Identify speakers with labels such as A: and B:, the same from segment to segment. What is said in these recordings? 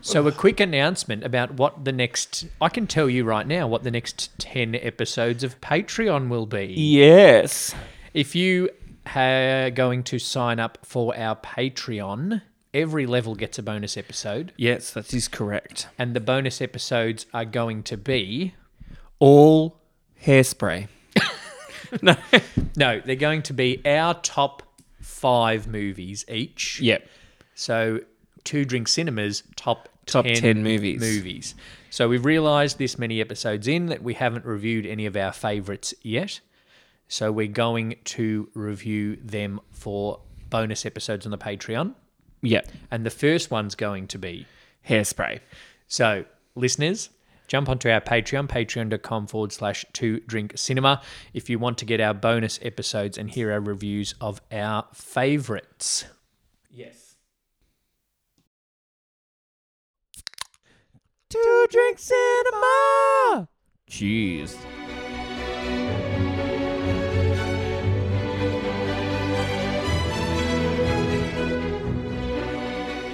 A: So, a quick announcement about what the next. I can tell you right now what the next 10 episodes of Patreon will be.
B: Yes.
A: If you are going to sign up for our Patreon, every level gets a bonus episode,
B: Yes, that is correct.
A: and the bonus episodes are going to be all.
B: Hairspray.
A: No, they're going to be our top five movies each.
B: Yep.
A: So, Two Drink Cinemas top
B: Top
A: 10,
B: 10 movies.
A: movies. So we've realised this many episodes in that we haven't reviewed any of our favourites yet. So we're going to review them for bonus episodes on the Patreon.
B: Yep.
A: And the first one's going to be
B: Hairspray.
A: so, listeners, jump onto our Patreon, patreon.com forward slash two drink cinema, if you want to get our bonus episodes and hear our reviews of our favorites.
B: Yes. Two drink cinema. Jeez.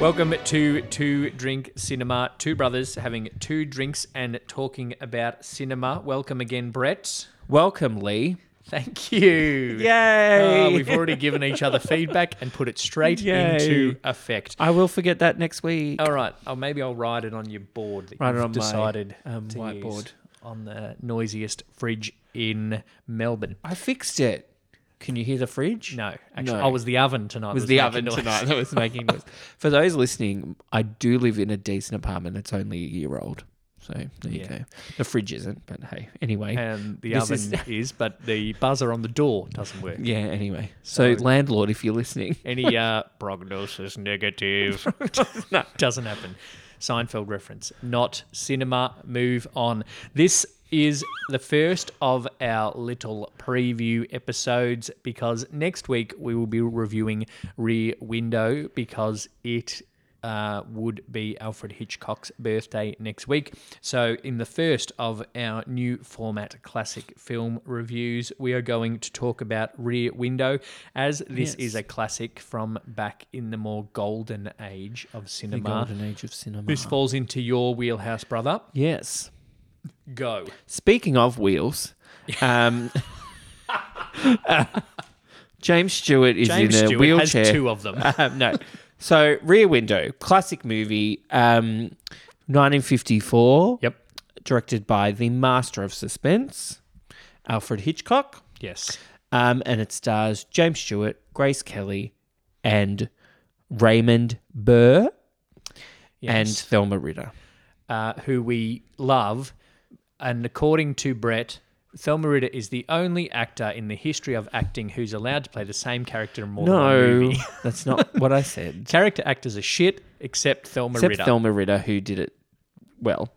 A: Welcome to Two Drink Cinema, two brothers having two drinks and talking about cinema. Welcome again, Brett.
B: Welcome, Lee. Ah,
A: Thank you.
B: Yay.
A: Oh, we've already given each other feedback and put it straight
B: Yay.
A: into effect.
B: I will forget that next week.
A: All right. Oh, maybe I'll write it on your board that
B: Write it
A: you've
B: on my,
A: decided
B: um,
A: to
B: whiteboard.
A: use on the noisiest fridge in Melbourne.
B: I fixed it. Can you hear the fridge?
A: No, actually,
B: No.
A: I was the oven tonight.
B: It was
A: that
B: the
A: making
B: oven
A: noise.
B: tonight that was making noise. For those listening, I do live in a decent apartment that's only a year old. So there you
A: Yeah.
B: go. The fridge isn't, but hey, anyway.
A: And Um, the
B: This
A: oven
B: is-
A: is... but the buzzer on the door doesn't work.
B: yeah, anyway. So,
A: So-
B: landlord, if you're listening,
A: Any uh, prognosis negative doesn't happen. Seinfeld reference, not cinema. Move on. This is the first of our little preview episodes because next week we will be reviewing Rear Window because it uh, would be Alfred Hitchcock's birthday next week. So, in the first of our new format classic film reviews, we are going to talk about Rear Window, as this
B: Yes.
A: is a classic from back in the more golden age of
B: the
A: cinema.
B: golden age of cinema.
A: This falls into your wheelhouse, brother.
B: yes.
A: Go.
B: Speaking of wheels, um, uh, James Stewart is
A: James
B: in a
A: Stewart
B: wheelchair.
A: has two of them.
B: um, no. So Rear Window, classic movie, um, 1954.
A: Yep.
B: Directed by the master of suspense, Alfred Hitchcock.
A: Yes.
B: Um, and it stars James Stewart, Grace Kelly, and Raymond Burr and
A: Yes.
B: Thelma Ritter.
A: uh, who we love. And according to Brett, Thelma Ritter is the only actor in the history of acting who's allowed to play the same character in more than one
B: No,
A: movie.
B: that's not what I said.
A: Character actors are shit, except Thelma
B: Except
A: Ritter.
B: Thelma Ritter, who did it well.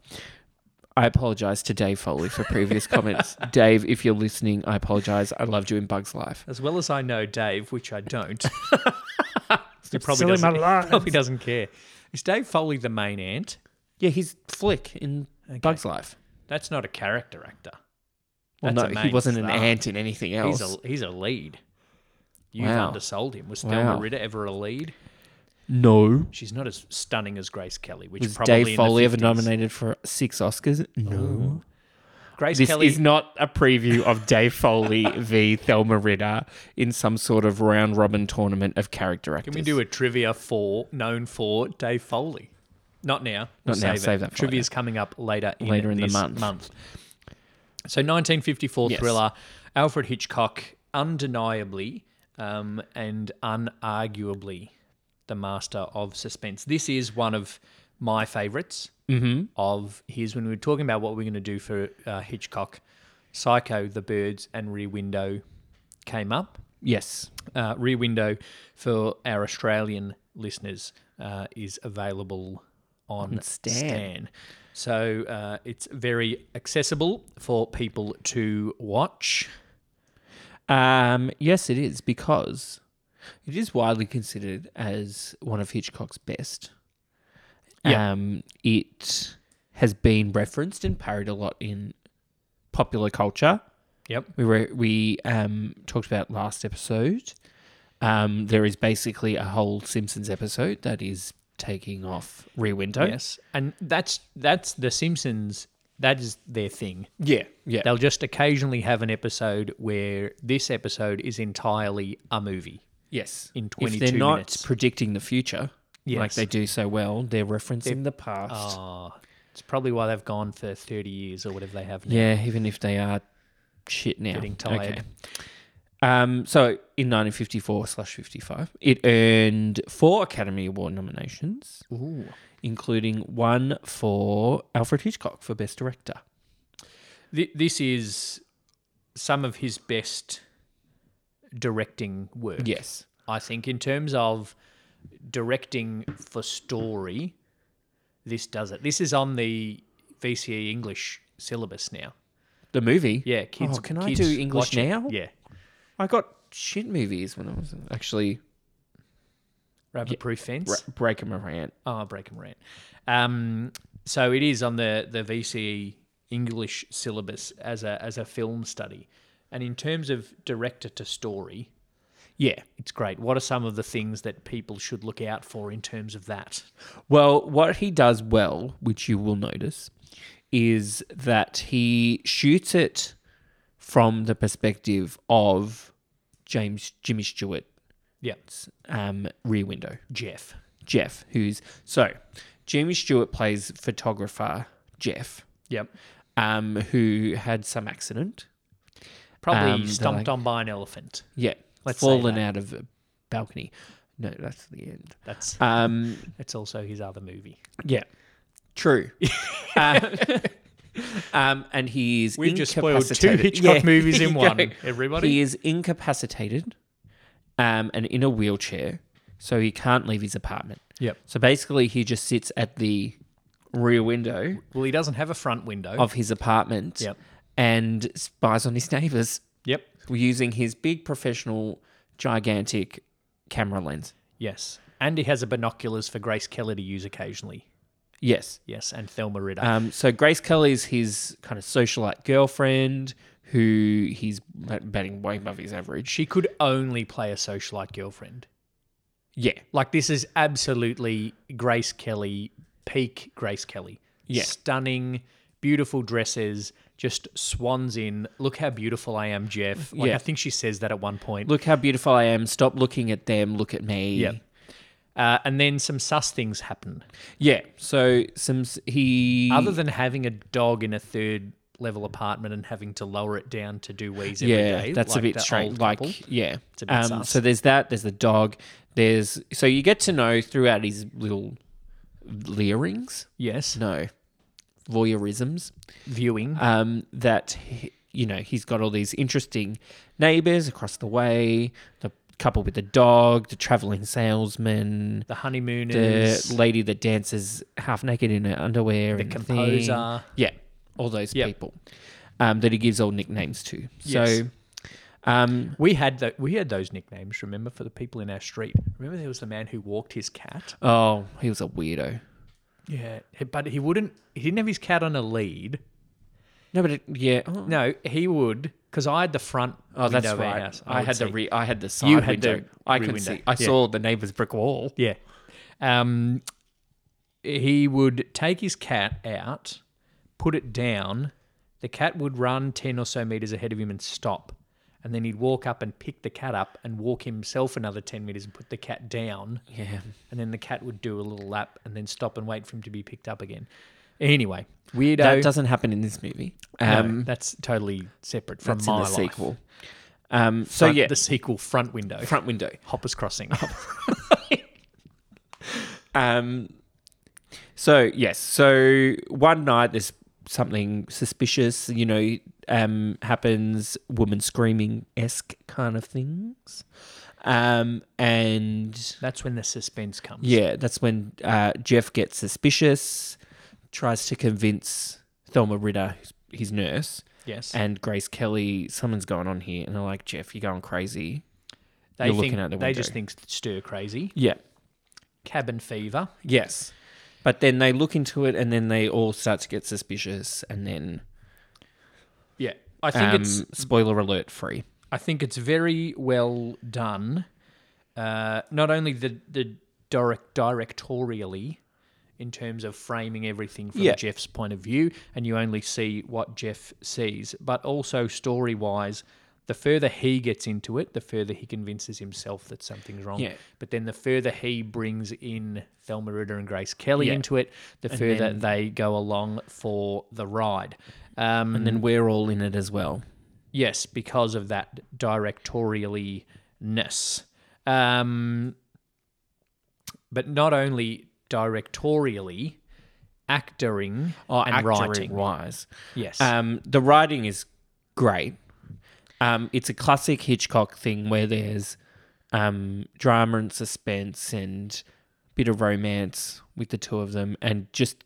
B: I apologize to Dave Foley for previous comments. Dave, if you're listening, I apologize. I loved you in Bugs Life.
A: as well as I know Dave, which I don't. he probably
B: Still in my
A: doesn't, he
B: life.
A: probably doesn't care. Is Dave Foley the main ant?
B: Yeah, he's Flick in Bugs Life.
A: That's not a character actor.
B: Well,
A: That's a
B: no, he
A: main
B: wasn't an
A: star.
B: ant in anything else.
A: He's a he's a lead. You've
B: Wow.
A: undersold him. Was Thelma
B: Wow.
A: Ritter ever a lead?
B: no.
A: She's not as stunning as Grace Kelly, which
B: Was
A: probably
B: Dave
A: in
B: Foley
A: the
B: ever
A: 50s.
B: nominated for six Oscars? No.
A: Grace
B: This
A: Kelly
B: is not a preview of Dave Foley v. Thelma Ritter in some sort of round robin tournament of character actors.
A: Can we do a trivia for known for Dave Foley? Not now. We'll
B: Not now. Save that for
A: Trivia
B: later.
A: is coming up later in,
B: Later in the
A: this
B: month.
A: So 1954
B: Yes.
A: thriller, Alfred Hitchcock, undeniably um, and unarguably the master of suspense. This is one of my favorites
B: Mm-hmm.
A: of his when we were talking about what we're going to do for uh, Hitchcock. Psycho, The Birds, and Rear Window came up
B: Yes.
A: uh, Rear Window for our Australian listeners uh, is available on Stan.
B: Stan.
A: So uh, it's very accessible for people to watch.
B: Um, yes, it is because it is widely considered as one of Hitchcock's best.
A: Yeah.
B: Um, it has been referenced and parodied a lot in popular culture.
A: Yep.
B: We were we um, talked about last episode. Um, there is basically a whole Simpsons episode that is taking off Rear Window.
A: Yes, and that's that's the Simpsons. That is their thing.
B: Yeah. Yeah.
A: They'll just occasionally have an episode where this episode is entirely a movie.
B: yes.
A: in
B: if
A: 22
B: they're not
A: minutes.
B: predicting the future, like
A: Yes.
B: they do so well, they're referencing the past.
A: Ah, it's probably why they've gone for thirty years or whatever they have now.
B: yeah, even if they are shit now.
A: Getting tired.
B: Okay. Um, so in 1954 slash 55, it earned four Academy Award nominations,
A: Ooh.
B: including one for Alfred Hitchcock for Best Director.
A: Th- this is some of his best directing work.
B: Yes.
A: I think in terms of directing for story, this does it. This is on the VCE English syllabus now.
B: The movie.
A: Yeah, kids.
B: Oh, can I
A: kids
B: do English
A: watch it.
B: now?
A: Yeah,
B: I got shit movies when I was actually
A: rabbit proof fence.
B: ra- breaking my rant.
A: Ah, break and rant. Um, so it is on the the VCE English syllabus as a as a film study, and in terms of director to story,
B: Yeah.
A: it's great. What are some of the things that people should look out for in terms of that?
B: Well, what he does well, which you will notice, is that he shoots it from the perspective of James Jimmy Stewart's
A: Yeah,
B: um, rear window.
A: Jeff.
B: Jeff, who's so Jimmy Stewart plays photographer Jeff,
A: Yep.
B: um, who had some accident.
A: Probably
B: Um, they're
A: stomped
B: like-
A: on by an elephant.
B: Yeah.
A: Let's say
B: fallen
A: that.
B: out of a balcony. No, that's the end.
A: That's
B: Um,
A: that's also his other movie.
B: Yeah. True. um, um, and he is
A: We've just spoiled two
B: incapacitated.
A: Hitchcock movies
B: There
A: in
B: you
A: one,
B: go.
A: everybody.
B: He is incapacitated um, and in a wheelchair, so he can't leave his apartment.
A: Yep.
B: So basically, he just sits at the rear window
A: Well, he doesn't have a front window.
B: of his apartment
A: Yep.
B: and spies on his neighbors
A: Yep.
B: using his big professional, gigantic camera lens.
A: Yes. And he has a binoculars for Grace Kelly to use occasionally.
B: Yes.
A: Yes, and Thelma Ritter.
B: Um, so Grace Kelly's his kind of socialite girlfriend who he's ba- batting way above his average.
A: she could only play a socialite girlfriend.
B: Yeah,
A: Like this is absolutely Grace Kelly peak Grace Kelly.
B: Yeah.
A: Stunning, beautiful dresses, just swans in. Look how beautiful I am, Jeff. Like
B: Yeah.
A: I think she says that at one point.
B: look how beautiful I am. Stop looking at them. Look at me.
A: Yeah. Uh, and then some sus things happen.
B: yeah. So some s- he
A: Other than having a dog in a third level apartment and having to lower it down to do wheeze every day.
B: yeah that's
A: like
B: a bit
A: the
B: strange.
A: old
B: Like
A: couple.
B: yeah. Um,
A: It's a bit sus.
B: so there's that. There's the dog. There's so you get to know throughout his little leerings.
A: yes,
B: No, voyeurisms.
A: viewing.
B: um, that he- you know he's got all these interesting neighbors across the way, the couple with the dog, the traveling salesman,
A: the honeymoon
B: the
A: is
B: lady that dances half naked in her underwear, the and thing.
A: composer.
B: yeah, all those
A: Yep.
B: people um, that he gives all nicknames to.
A: Yes.
B: So, um,
A: We had tho- we had those nicknames. Remember for the people in our street. Remember there was the man who walked his cat.
B: oh, he was a weirdo.
A: Yeah, he- but he wouldn't. He didn't have his cat on a lead.
B: No, but it, yeah, oh,
A: No, he would because I had the front.
B: oh, that's
A: window of our
B: right.
A: house.
B: I, had
A: would
B: the
A: see.
B: re- I had the side
A: You had the
B: window. I
A: rear
B: could
A: window.
B: see. I
A: Yeah.
B: saw the neighbor's brick wall.
A: Yeah. Um, he would take his cat out, put it down. The cat would run 10 or so meters ahead of him and stop. And then he'd walk up and pick the cat up and walk himself another 10 meters and put the cat down.
B: Yeah.
A: And then the cat would do a little lap and then stop and wait for him to be picked up again. Anyway, weirdo.
B: That doesn't happen in this movie.
A: No,
B: Um,
A: that's totally separate from
B: That's
A: my
B: in the
A: life.
B: sequel. Um, so
A: Front-
B: yeah,
A: The sequel, Front Window.
B: front window.
A: Hoppers Crossing.
B: Um, so yes, so one night there's something suspicious, you know, um, happens, woman screaming esque kind of things, um, and
A: that's when the suspense comes.
B: yeah, that's when uh, Jeff gets suspicious, tries to convince Thelma Ritter, his nurse,
A: Yes.
B: and Grace Kelly, something's going on here, and they're like, Jeff, you're going crazy.
A: they
B: you're
A: think,
B: looking out the
A: They
B: window.
A: just think stir crazy.
B: Yeah.
A: cabin fever.
B: Yes. But then they look into it and then they all start to get suspicious and then
A: Yeah, I think
B: um,
A: it's
B: spoiler alert free.
A: I think it's very well done. Uh, not only the the direct directorially in terms of framing everything from
B: Yeah.
A: Jeff's point of view, and you only see what Jeff sees, but also story wise. The further he gets into it, the further he convinces himself that something's wrong.
B: Yeah.
A: But then the further he brings in Thelma Ritter and Grace Kelly
B: Yeah.
A: into it, the
B: And
A: further
B: then-
A: they go along for the ride. Um,
B: and then we're all in it as well.
A: Yes, because of that directorially ness. Um, but not only directorially, Oh, actoring and writing.
B: wise.
A: Yes.
B: Um, the writing is great. Um, it's a classic Hitchcock thing where there's um, drama and suspense and a bit of romance with the two of them and just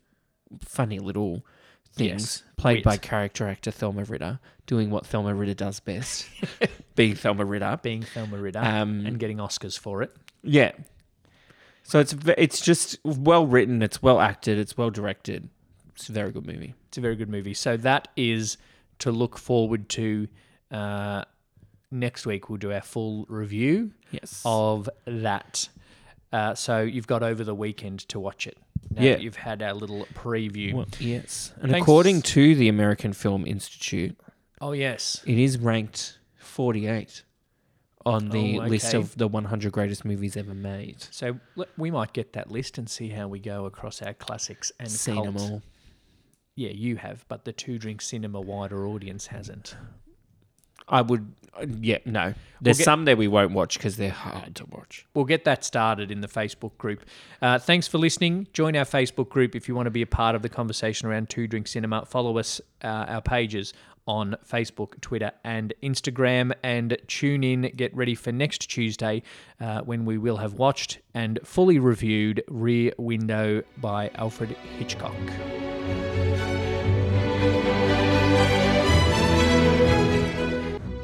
B: funny little things
A: Yes,
B: played
A: wit.
B: by character actor Thelma Ritter doing what Thelma Ritter does best, being Thelma Ritter.
A: being Thelma Ritter
B: Um,
A: and getting Oscars for it.
B: Yeah. So it's ve- it's just well written, it's well acted, it's well directed. It's a very good movie.
A: It's a very good movie. So that is to look forward to. Uh, next week, we'll do our full review
B: Yes.
A: of that. Uh, so you've got over the weekend to watch it. Now
B: Yeah.
A: that you've had our little preview.
B: Well, yes. And
A: Thanks.
B: according to the American Film Institute,
A: Oh yes,
B: it is ranked 48 on the
A: Oh, okay.
B: list of the 100 greatest movies ever made.
A: So l- we might get that list and see how we go across our classics and
B: Seen them
A: cult.
B: all.
A: Yeah, you have, but the two drink cinema wider audience hasn't.
B: I would, uh, yeah, no. There's
A: get-
B: some there we won't watch because they're hard to watch.
A: We'll get that started in the Facebook group. Uh, thanks for listening. Join our Facebook group if you want to be a part of the conversation around Two Drink Cinema. Follow us, uh, our pages on Facebook, Twitter, and Instagram. And tune in, get ready for next Tuesday uh, when we will have watched and fully reviewed Rear Window by Alfred Hitchcock.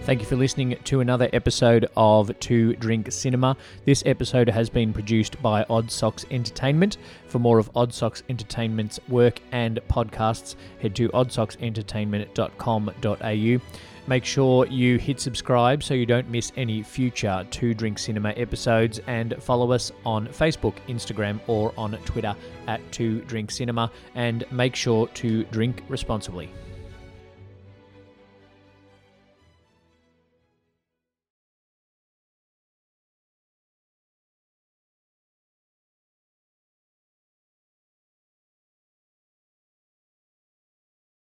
A: Thank you for listening to another episode of Two Drink Cinema. This episode has been produced by Odd Socks Entertainment. For more of Odd Socks Entertainment's work and podcasts, head to oddsocksentertainment.com.au. Make sure you hit subscribe so you don't miss any future Two Drink Cinema episodes and follow us on Facebook, Instagram, or on Twitter at Two Drink Cinema. And make sure to drink responsibly.